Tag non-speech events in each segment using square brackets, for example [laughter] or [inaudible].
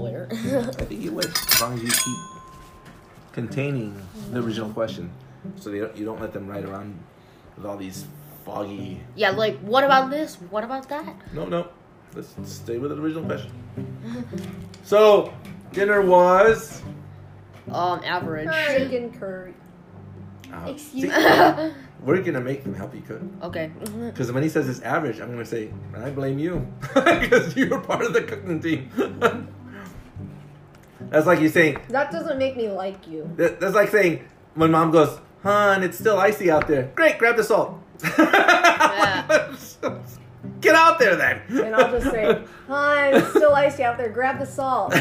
I think you would, as long as you keep containing the original question, so they don't, you don't let them ride around with all these foggy. [laughs] Yeah, like what about this? What about that? No, no, let's stay with the original question. [laughs] So dinner was. Um, average. Chicken curry. Uh, Excuse see, we're gonna make them help you cook. [laughs] okay. Because when he says it's average, I'm gonna say I blame you [laughs] because you were part of the cooking team. [laughs] that's like you saying That doesn't make me like you. that, that's like saying when mom goes, "Hun, it's still icy out there." Great, grab the salt. [laughs] Get out there then. And I'll just [laughs] say, hi, it's still icy out there. Grab the salt.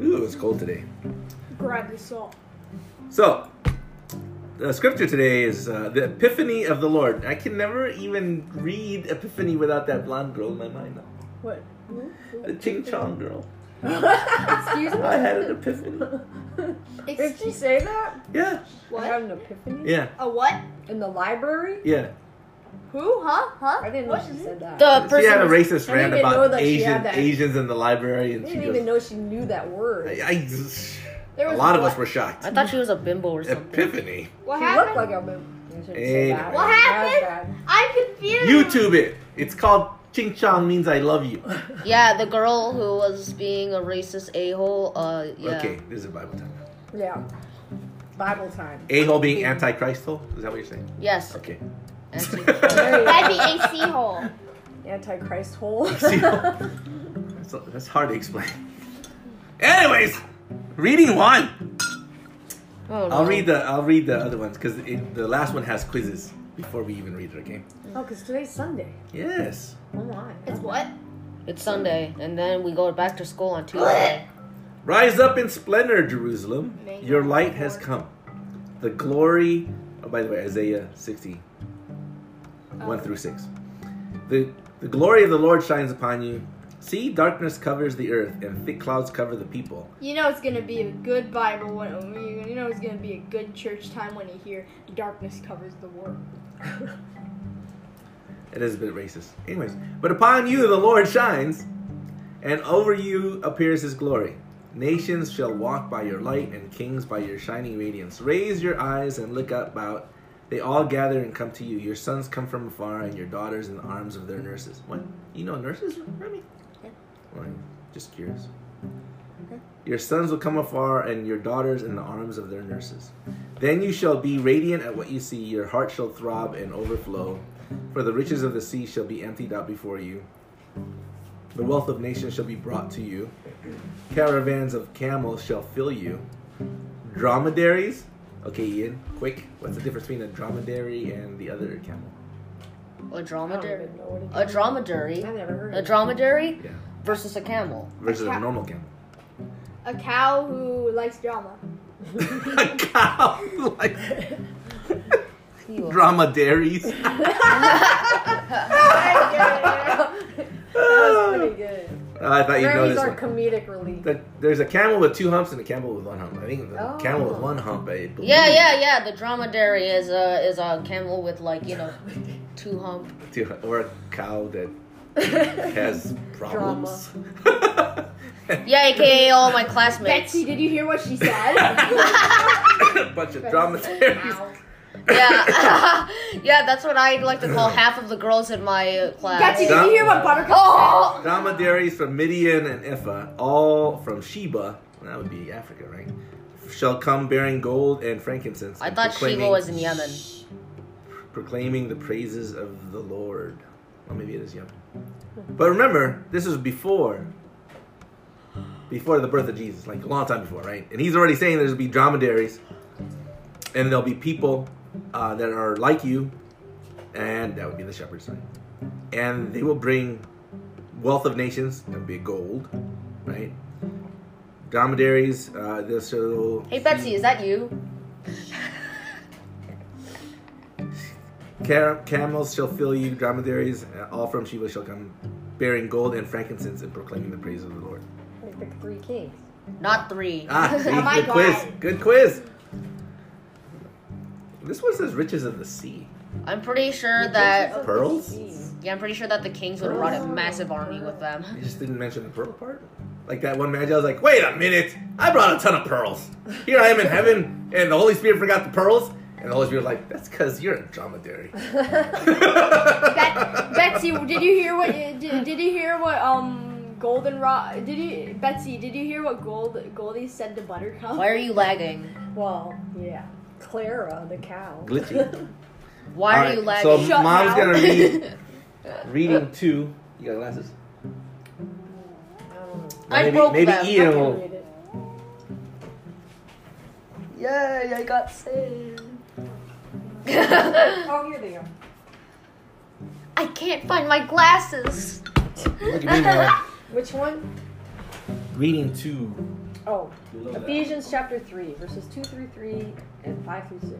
Ooh, it was cold today. Grab the salt. So, the scripture today is uh, the Epiphany of the Lord. I can never even read Epiphany without that blonde girl in my mind. now. What? The Ching Chong girl. Excuse me? [laughs] I had an epiphany. Did she say that? Yeah, I had an epiphany? yeah, A what? In the library? yeah. Who? Huh? Huh? I didn't know she said that. The person. she had a racist I didn't rant even know about that she Asian, had that. Asians in the library, and I she didn't goes, even know she knew that word. I, I- There a was lot of one- us were shocked. I thought she was a bimbo or something. Epiphany. What She happened? looked like a Hey. boo. What happened? I'm confused. YouTube it. It's called Ching Chong means I love [laughs] you. Yeah, the girl who was being a racist a hole. Uh, yeah. Okay, this is Bible time. Yeah. Bible time. A hole being antichrist hole? Is that what you're saying? Yes. oh, Okay. [laughs] Anti- That'd be [laughs] a sea hole. Antichrist hole. [laughs] Oh, See, that's, that's hard to explain. Anyways, reading one. oh, no. I'll read the I'll read the other ones because the last one has quizzes before we even read it. Okay. Oh, because today's Sunday. Yes. Oh my. It's what? It's Sunday, and then we go back to school on Tuesday. Rise up in splendor, Jerusalem. May Your God light be has born. come. The glory. Oh, by the way, Isaiah 60, 1 through 6. The, the glory of the Lord shines upon you. See, darkness covers the earth, and thick clouds cover the people. You know it's gonna be a good Bible. When, you know it's gonna be a good church time when you hear darkness covers the world. It is a bit racist. Anyways, but upon you the Lord shines, and over you appears his glory. Nations shall walk by your light, and kings by your shining radiance. Raise your eyes and look up out. They all gather and come to you. Your sons come from afar, and your daughters in the arms of their nurses. What? You know nurses, Remy? Yeah. Well, I'm just curious. Your sons will come afar, and your daughters in the arms of their nurses. Then you shall be radiant at what you see. Your heart shall throb and overflow. For the riches of the sea shall be emptied out before you. The wealth of nations shall be brought to you. Caravans of camels shall fill you. Dromedaries? Okay, Ian, quick. What's the difference between a dromedary and the other camel? A I don't dromedary. even know what it is. A dromedary. I've never heard A of it. dromedary Yeah. versus a camel. Versus a ca- normal camel. [laughs] A cow who likes drama. a cow! Like [laughs] You- dromedaries. that was pretty good. Ah, I thought you'd know Grammys this are one. comedic relief. The- there's a camel with two humps and a camel with one hump. I think the Oh. camel with one hump. I believe. Yeah, yeah, yeah. The dromedary is a is a camel with like you know, two hump. Two, hu- or a cow that [laughs] has problems. Yeah, aka all my classmates. [laughs] Betsy, did you hear what she [laughs] said? a [laughs] bunch of dromedaries. Ow. Yeah, [laughs] yeah. That's what I like to call half of the girls in my uh, class. Betsy, did you hear what Buttercup Oh. Dromedaries from Midian and Ephah, all from Sheba, that would be Africa, right? Shall come bearing gold and frankincense. I and thought Sheba proclaiming- was in Yemen. Proclaiming the praises of the Lord. Well, maybe it is Yemen. But remember, this is before. Before the birth of Jesus, like a long time before, right? And he's already saying there's be dromedaries, and there'll be people uh, that are like you, and that would be the shepherd's sign. And they will bring wealth of nations, that would be gold, right? Dromedaries, uh, this will Hey Betsy, is that you? Car- camels shall fill you, dromedaries, uh, all from Sheba shall come, bearing gold and frankincense and proclaiming the praise of the Lord. Like the three kings. Not three. Ah, see, Oh my good quiz. God. Good quiz. This one says riches of the sea. I'm pretty sure that Pearls? yeah, I'm pretty sure that the Kings would have brought a massive army with them. You just didn't mention the pearl part. Like that one match, I was like, wait a minute, I brought a ton of pearls. Here I am in heaven, and the Holy Spirit forgot the pearls. And the Holy Spirit was like, that's because you're a dromedary. [laughs] Bet- Betsy, did you hear what? Did, did you hear what? Um, Golden Rod. Did you, Betsy? Did you hear what Gold Goldie said to Buttercup? Why are you lagging? Well, yeah. Clara, the cow. Glitchy. Why are Alright, you So lagging? Shut mom's now. gonna read reading two. You got glasses? I maybe broke maybe them. Ian Can will. read it. Yay! I got saved. Oh, here they are. [laughs] I can't find my glasses. Look at me now. Which one? Reading two. Oh, Below that. Ephesians chapter 3, verses 2 through 3 and 5 through 6.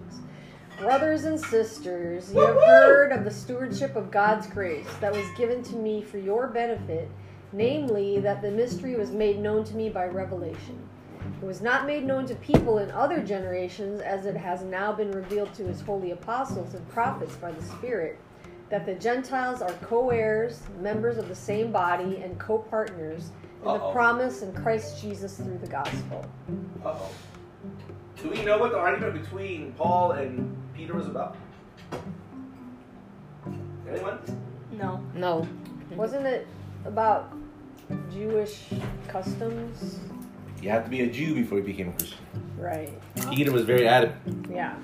Brothers and sisters, you have heard of the stewardship of God's grace that was given to me for your benefit, namely, that the mystery was made known to me by revelation. It was not made known to people in other generations, as it has now been revealed to his holy apostles and prophets by the Spirit, that the Gentiles are co heirs, members of the same body, and co partners in the Uh-oh. promise in Christ Jesus through the gospel. Uh-oh. Do we know what the argument between Paul and Peter was about? Anyone? No. No. Wasn't it about Jewish customs? You have to be a Jew before you became a Christian. Right. Peter was very adamant. Yeah.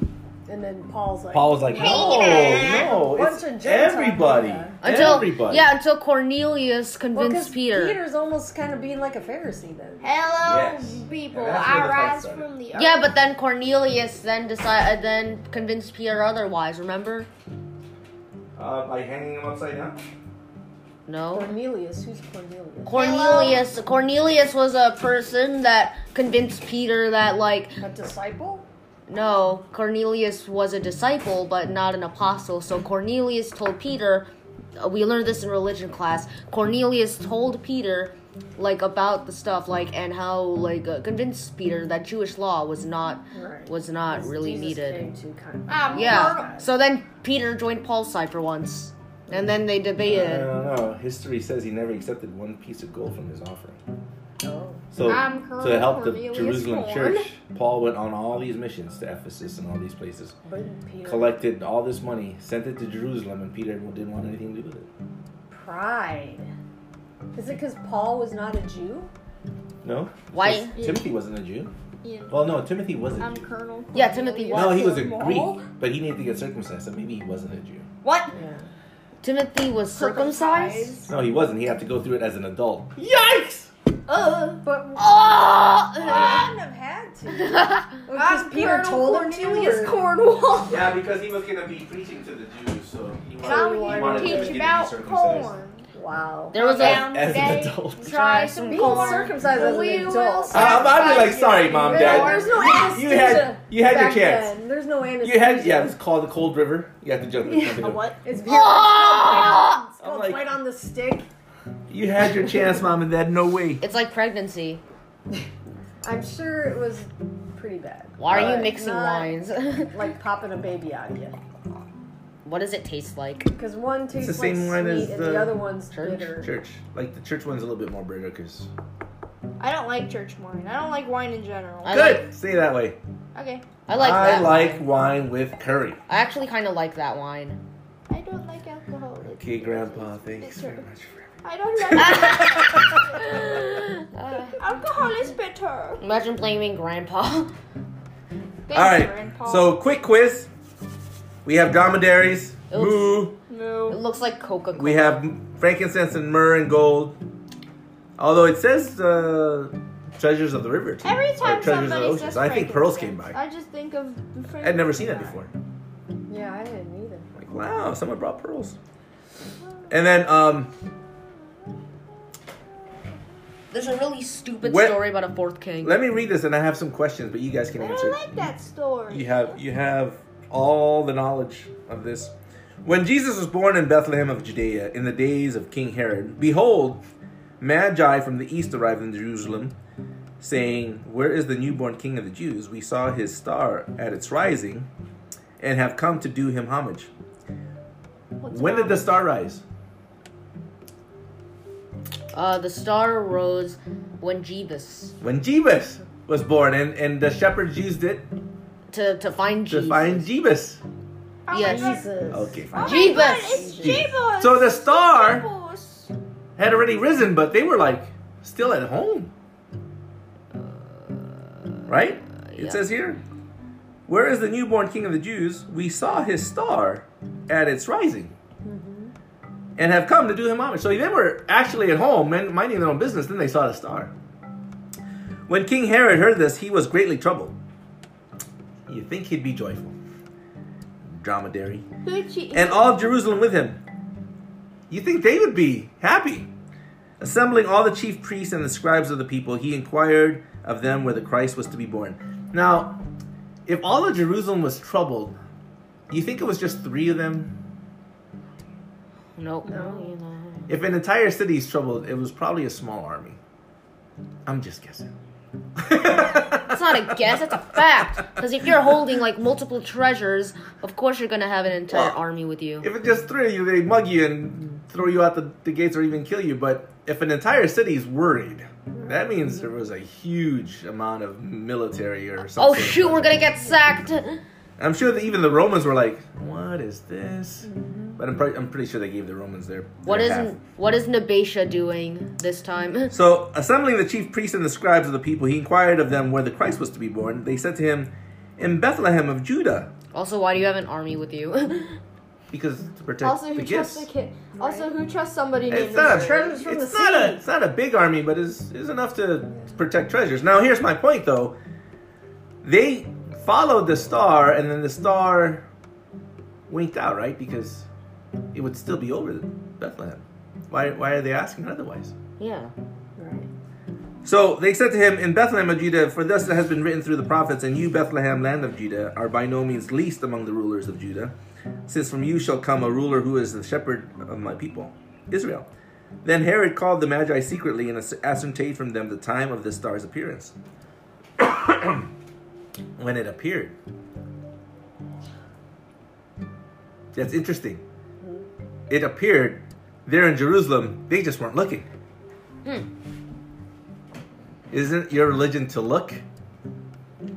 And then Paul's like, Paul was like, no, no, Bunch it's of Gentiles everybody, over Until everybody. yeah, until Cornelius well, convinced because Peter. Peter's almost kind of being like a Pharisee then. Hello, Yes. people. Yeah, that's where the I fight rise started. from the earth. Yeah, but then Cornelius then decided, then convinced Peter otherwise. Remember? Uh, like hanging him upside down. No. Cornelius, who's Cornelius? Cornelius. Cornelius was a person that convinced Peter that like A disciple? no, Cornelius was a disciple but not an apostle. So Cornelius told Peter. uh, We learned this in religion class. Cornelius told Peter like about the stuff like and how like uh, convinced Peter that Jewish law was not Right. was not really Jesus needed. Came to kind of- I'm Yeah. So then Peter joined Paul's side for once, and then they debated. I don't know. History says he never accepted one piece of gold from his offering. oh. So I'm to help the Cornelius Jerusalem Horn. church, Paul went on all these missions to Ephesus and all these places, But Peter, collected all this money, sent it to Jerusalem, and Peter didn't want anything to do with it. pride. Is it because Paul was not a Jew? No. Why? 'Cause Timothy wasn't a Jew. Ian. Well, no, Timothy was a I'm Jew. Colonel. Yeah, Timothy Cornelius. No, he was a No. Greek, but he needed to get circumcised, so maybe he wasn't a Jew. What? Yeah. Timothy was circumcised. [laughs] No, he wasn't. He had to go through it as an adult. Yikes! Uh, but Oh! wouldn't have had to. Because I'm Peter Colonel told him to. Cornelius or- Cornwall. Yeah, because he was gonna be preaching to the Jews, so he Come wanted him to here and get teach about circumcised. corn. Wow. There was a. Down As an today, adult. Try some Being Being corn. circumcised as an We will adult. circumcise Um, I'd be like, sorry, you. Mom, There Dad. are [laughs] There's no You anesthesia. had you had your back chance. then. There's no anesthesia. You had yeah, it's called the Cold River. You have to jump. jump into it. What? It's very Oh! it's called like- right on the stick. You had your chance, mom and dad. No way. It's like pregnancy. I'm sure it was pretty bad. Why are you But mixing not wines? [laughs] Like popping a baby out of you. what does it taste like? Because one tastes the same like wine sweet as and the the other one's church? bitter. Church, like the church one's a little bit more bitter because I don't like church wine. I don't like wine in general. I good. Like, Stay that way. okay. I like I that. like wine. wine with curry. I actually kind of like that [laughs] wine. I don't like alcohol. Okay, Grandpa. Thanks very much for I don't [laughs] like [laughs] Uh, alcohol is bitter. imagine blaming Grandpa. [laughs] Thanks, All right. Grandpa. So quick quiz. We have dromedaries. Oops. Moo. It no. looks like Coca Cola. We have frankincense and myrrh and gold. Although it says uh, treasures of the river. Too, Every or time treasures of the somebody ocean. says So I think pearls came frankincense, by. I just think of. I'd never seen that before. Yeah, I didn't either. Like, wow, someone brought pearls. And then, um, There's a really stupid What- story about a fourth king. let me read this, and I have some questions, but you guys can I answer. don't like that story. You have you have all the knowledge of this. When Jesus was born in Bethlehem of Judea in the days of King Herod, behold, magi from the east arrived in Jerusalem, saying, "Where is the newborn King of the Jews? We saw his star at its rising, and have come to do him homage." What's When did wrong? the star rise? Uh, the star rose when Jeebus When Jeebus was born, and, and the shepherds used it to to find to Jesus. find Jeebus. Oh my Yes. God. Jesus. Okay, fine. Oh my Jeebus. God, it's Jesus. Jeebus. So the star- Jeebus. Had already risen, but they were like still at home. Right? yeah. It says here. Where is the newborn king of the Jews? We saw his star at its rising. And have come to do him homage. So they were actually at home, man- minding their own business. Then they saw the star. When King Herod heard this, he was greatly troubled. You think he'd be joyful? Dromedary Hoochie. and all Jerusalem with him. You think they would be happy? Assembling all the chief priests and the scribes of the people, he inquired of them where the Christ was to be born. Now, if all of Jerusalem was troubled, you think it was just three of them? Nope. No. You know. If an entire city is troubled, it was probably a small army. I'm just guessing. [laughs] That's not a guess. That's a fact. Because if you're holding like multiple treasures, of course you're gonna have an entire Well, army with you. If it's just three of you, they mug you and throw you out the, the gates or even kill you. But if an entire city is worried, that means there was a huge amount of military or oh something. shoot, we're gonna get sacked. I'm sure that even the Romans were like, "What is this?" But I'm, pre- I'm pretty sure they gave the Romans their. Mm-hmm. What their is half. what is Nabatia doing this time? [laughs] So, assembling the chief priests and the scribes of the people, he inquired of them where the Christ was to be born. They said to him, "In Bethlehem of Judah, Also, why do you have an army with you? [laughs] because to protect Also, the who gifts." trusts a kid? Also, who trusts somebody named It's not a Mary? treasures from it's the not a sea. it's not a big army, but is is enough to protect treasures. Now here's my point though. They followed the star, and then the star winked out, right? Because it would still be over Bethlehem. Why why are they asking otherwise? yeah. Right. So they said to him, In Bethlehem of Judah, for thus it has been written through the prophets, and you, Bethlehem, land of Judah, are by no means least among the rulers of Judah, since from you shall come a ruler who is the shepherd of my people, Israel. Then Herod called the Magi secretly and ass- ascertained from them the time of the star's appearance. [clears throat] when it appeared. That's interesting. It appeared there in Jerusalem, they just weren't looking. Hmm. Isn't your religion to look? Oh,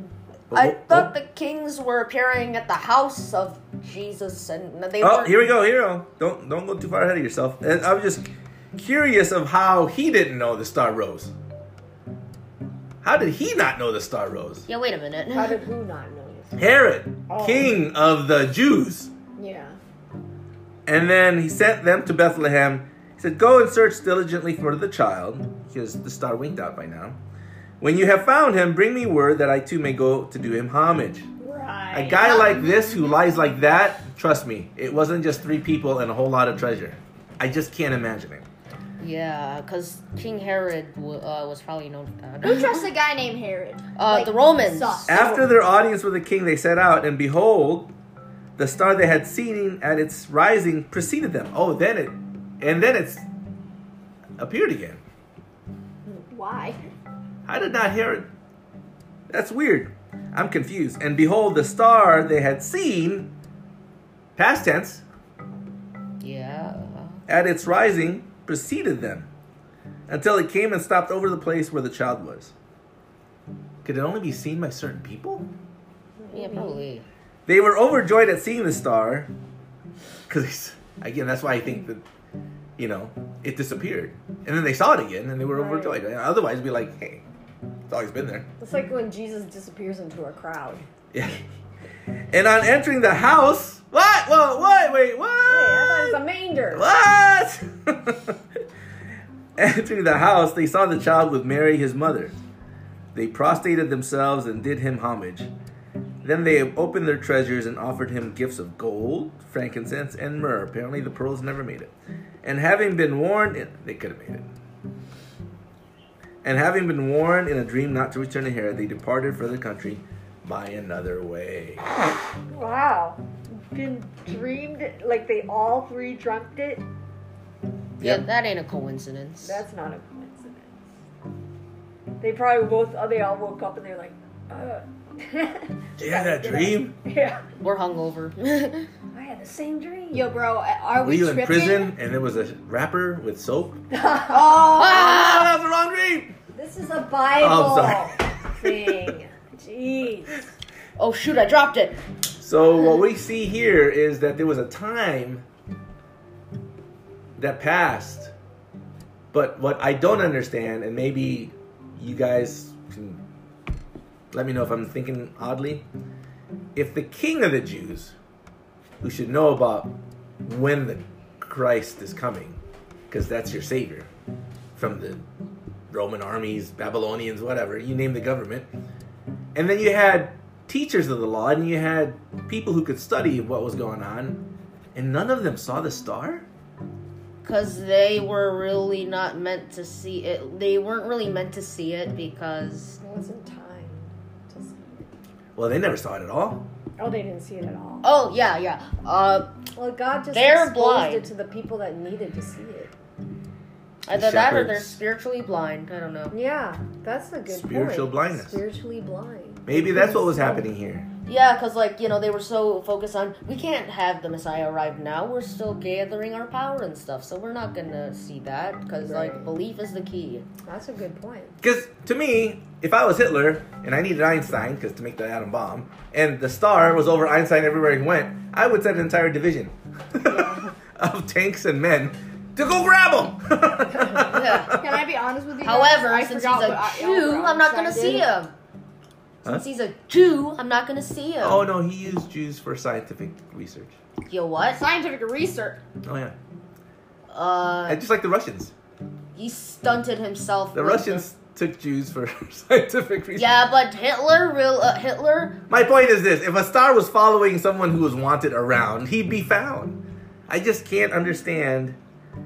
But I wh- thought the kings were appearing at the house of Jesus, and they Oh, were. here we go, hero. Don't don't go too far ahead of yourself. And I'm just curious of how he didn't know the star rose. How did he not know the star rose? Yeah, wait a minute. How did who not know this? Herod, Oh. king of the Jews. Yeah. And then he sent them to Bethlehem. He said, Go and search diligently for the child, because the star winked out by now. When you have found him, bring me word that I too may go to do him homage. Right. A guy like this who lies like that, trust me, it wasn't just three people and a whole lot of treasure. I just can't imagine it. [laughs] Yeah, because King Herod w- uh, was probably known for Who that. trusts a guy named Herod? Uh, the Romans. sus. After their audience with the king, they set out, and behold, the star they had seen at its rising preceded them. Oh, then it, and then it's appeared again. Why? I did not hear it. That's weird. I'm confused. And behold, the star they had seen, past tense, [laughs] Yeah. at its rising preceded them until it came and stopped over the place where the child was. Could it only be seen by certain people? Yeah, probably. They were overjoyed at seeing the star because, again, that's why I think that, you know, it disappeared. And then they saw it again and they were Right. overjoyed. Otherwise, it'd be like, hey, it's always been there. It's like when Jesus disappears into a crowd. Yeah. [laughs] And on entering the house, what? Whoa, what? Wait, what? Hey, I thought it was a manger. What? [laughs] Entering the house, they saw the child with Mary, his mother. They prostrated themselves and did him homage. Then they opened their treasures and offered him gifts of gold, frankincense, and myrrh. Apparently, the pearls never made it. And having been warned, they could have made it. And having been warned in a dream not to return to Herod, they departed for the country by another way. Wow. Been dreamed like they all three dreamt it. Yeah, Yep. that ain't a coincidence. That's not a coincidence. They probably both. Oh, they all woke up and they're like, uh. Yeah, that dream. [laughs] yeah. We're hungover. [laughs] I I had the same dream. Yo, bro, are Were we you tripping? in prison and there was a wrapper with soap? Oh, Ah, that was the wrong dream. This is a Bible Oh, [laughs] thing. Jeez. Oh shoot, I dropped it. [laughs] So what we see here is that there was a time that passed, but what I don't understand, and maybe you guys can let me know if I'm thinking oddly, if the king of the Jews, who should know about when the Christ is coming, because that's your savior from the Roman armies, Babylonians, whatever, you name the government. And then you had teachers of the law and you had people who could study what was going on, and none of them saw the star? Because they were really not meant to see it. They weren't really meant to see it because. It wasn't time to see it. Well, they never saw it at all. Oh, they didn't see it at all. Oh, yeah, yeah. Uh, Well, God just They're exposed blind. it to the people that needed to see it. either that or they're Shepherds. spiritually blind. I don't know. Yeah, that's a good Spiritual point. blindness. Spiritually blind. Maybe that's what was happening here. Yeah, because, like, you know, they were so focused on, we can't have the Messiah arrive now. We're still gathering our power and stuff, so we're not gonna see that. Because, like, Right. belief is the key. That's a good point. Because to me, if I was Hitler and I needed Einstein, because to make the atom bomb, and the star was over Einstein everywhere he went, I would send an entire division [laughs] of tanks and men to go grab him. Yeah. can I be honest with you? guys? [laughs] However, I since he's forgot a what I- Jew, Albert I'm not gonna Einstein see did. him. Huh? Since he's a Jew, I'm not gonna see him. oh no, he used Jews for scientific research. You what? Scientific research. Oh yeah, Uh, and just like the Russians, he stunted himself. the with Russians took Jews for [laughs] scientific research. Yeah, but Hitler, real uh, Hitler. My point is this: if a star was following someone who was wanted around, he'd be found. I just can't understand.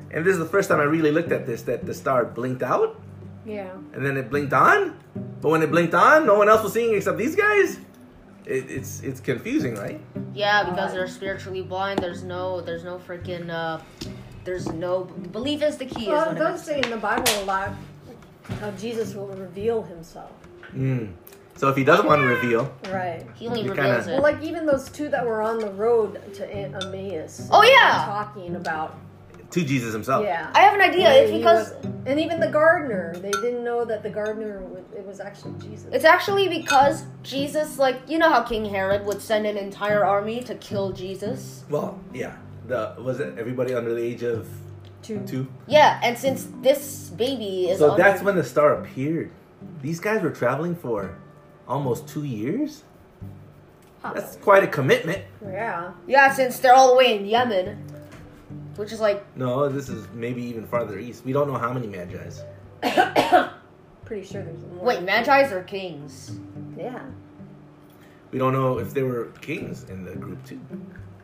And this is the first time I really looked at this: that the star blinked out Yeah. and then it blinked on. But when it blinked on, no one else was seeing except these guys. It, it's it's confusing, right? Yeah, because God. they're spiritually blind. There's no, there's no freaking, uh, there's no belief is the key. Well, is it what does say in the Bible a lot how Jesus will reveal himself. Mm. So if he doesn't want to reveal, Right. he only You reveals it. kinda- Well, like even those two that were on the road to Aunt Emmaus. Oh, yeah. Oh. Talking about to Jesus himself. yeah. I have an idea. Maybe It's he because wasn't. and even the gardener, they didn't know that the gardener was, it was actually Jesus. it's actually because Jesus, like you know how King Herod would send an entire army to kill Jesus. Well, yeah. The was it everybody under the age of two. two? Yeah, and since this baby is So under- that's when the star appeared. These guys were traveling for almost two years. That's quite a commitment. Yeah. yeah, since they're all the way in Yemen, which is like No, this is maybe even farther east. We don't know how many magi's. Pretty sure there's more. wait, Magi's or kings? Yeah. We don't know if there were kings in the group too.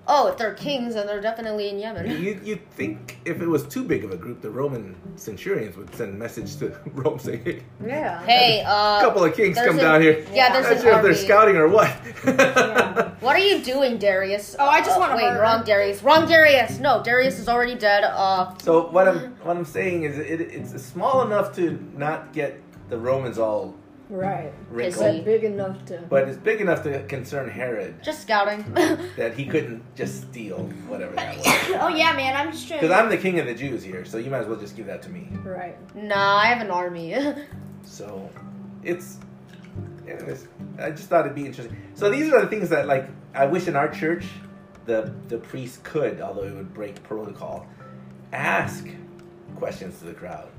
Oh, if they're kings, then they're definitely in Yemen. You you think if it was too big of a group, the Roman centurions would send a message to [laughs] Rome saying, "Hey, Yeah. Hey, uh, [laughs] a couple of kings there's come an- down here." Yeah, Yeah. Not there's an sure if they're army. scouting or what. Yeah. What are you doing, Darius? Uh, Oh, I just wanna wait. murder Wrong, him. Darius. Wrong, Darius. No, Darius is already dead. Uh, [laughs] So what I'm what I'm saying is it, it's small enough to not get the Romans all Right. wrinkled, Pissy. But big enough to. but it's big enough to concern Herod just scouting. [laughs] that he couldn't just steal whatever that was. [coughs] Oh yeah, man, I'm just trying. Because I'm the king of the Jews here, so you might as well just give that to me. Right. nah, I have an army. [laughs] So it's, anyways, I just thought it'd be interesting. So these are the things that like I wish in our church the the priest could, although it would break protocol, ask questions to the crowd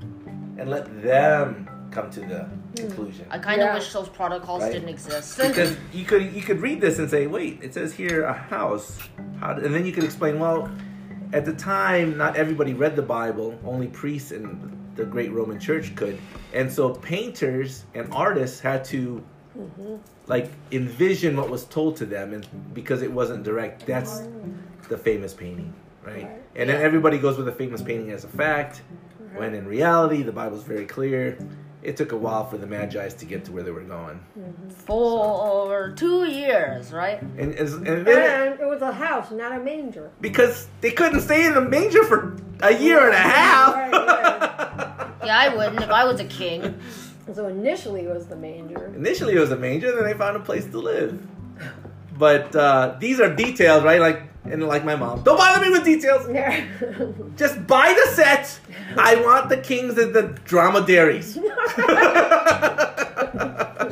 and let them come to the conclusion. I kind of Yeah. wish those protocols Right. didn't exist. Because you could you could read this and say, wait, it says here a house, how did, and then you could explain. Well, at the time, not everybody read the Bible. Only priests and the great Roman Church could, and so painters and artists had to like envision what was told to them, and because it wasn't direct, that's the famous painting, right? And then everybody goes with the famous painting as a fact, when in reality, the Bible's very clear. It took a while for the Magi's to get to where they were going. [laughs] for two years, right? And, and, and then, And it was a house, not a manger. because they couldn't stay in the manger for a year and a Right, half. Yeah, I wouldn't if I was a king. So initially it was the manger. [laughs] Initially, it was a manger, then they found a place to live. But uh, these are details, right? Like and like my mom, don't bother me with details. [laughs] Just buy the set. I want the kings and the [laughs] dromedaries.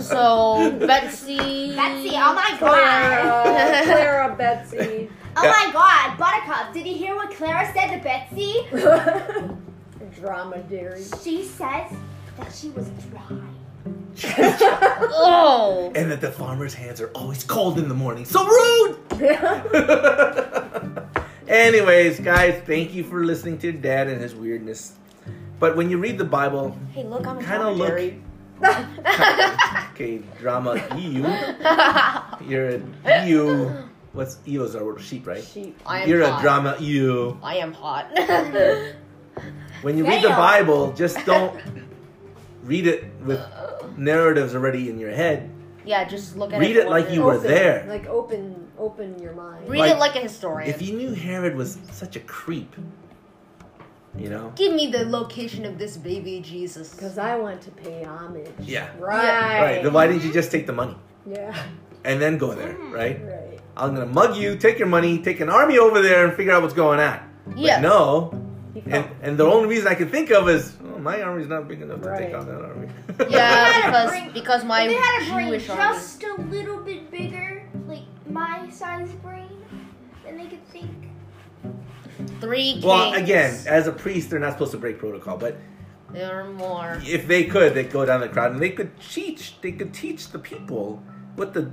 So Betsy. Betsy, oh my god. Clara, [laughs] Clara Betsy. uh, [laughs] Oh my god, Buttercup, did you hear what Clara said to Betsy? [laughs] [laughs] Dromedary. She says that she was [laughs] dry. Oh. [laughs] and that the farmer's hands are always cold in the morning. So rude. [laughs] Anyways, guys, thank you for listening to Dad and his weirdness. But when you read [laughs] the Bible, Hey, look, I'm a kind of look. [laughs] dromedary. okay, drama EU. You're [laughs] a EU. What's EO's our word? Sheep, right? Sheep. I am You're hot. a drama EU. I am hot. [laughs] When you read the Damn. Bible, [laughs] just don't read it with narratives already in your head. yeah, just look at Read it. it for like what you is. were there. Like open, open your mind. Read Like, it like a historian. If you knew Herod was such a creep, you know? Give me the location of this baby Jesus. Because I want to pay homage. Yeah. Right. Right, then why didn't you just take the money Yeah. and then go there, Hmm. right? Right. I'm gonna mug you, take your money, take an army over there, and figure out what's going on. Yeah. But no, He And, felt and the only reason I can think of is oh, my army's not big enough to take Right. on that army. [laughs] They Yeah, had a because brain- because my If they had a brain Jewish army. just a little bit bigger, like my size brain, then they could think. Three kings. well, again, uh, as a priest, they're not supposed to break protocol, but there are more. if they could, they'd go down the crowd and they could teach. They could teach the people what the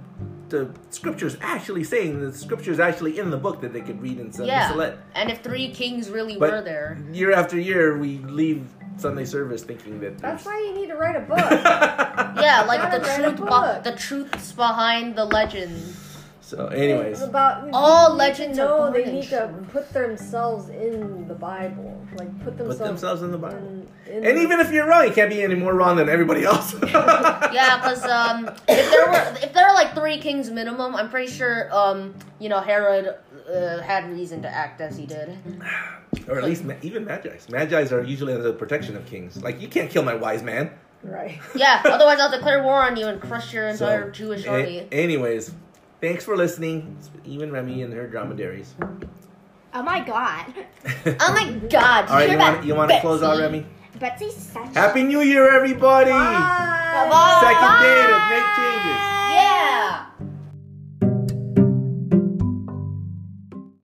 the scriptures actually saying. The scriptures actually in the book that they could read in Sunday Yeah. Select. And if three kings really But- were there, Year after year, we leave Sunday service thinking that. That's there's- why you need to write a book. yeah, like Gotta the write a truth, book. be- the truths behind the legend. so, [laughs] anyways, It's about All you legends need to are know born they in need to put themselves in the Bible. Like put put themselves. themselves in the Bible. in, And even if you're wrong, you can't be any more wrong than everybody else. [laughs] Yeah, because um, if there were if there are like three kings minimum, I'm pretty sure um, you know Herod uh, had reason to act as he did. Or at least ma- even magi's. Magi's are usually under the protection of kings. Like you can't kill my wise man. [laughs] right. Yeah, otherwise I'll declare war on you and crush your entire So, Jewish a- army. anyways, thanks for listening. It's Even Remy and her [laughs] dromedaries. [laughs] Oh my god. oh my God! All right, You're you about want you want to close out, Betsy. Remy? Betsy's such Happy New Year, everybody! Bye. Second day to make changes. Yeah. Yeah.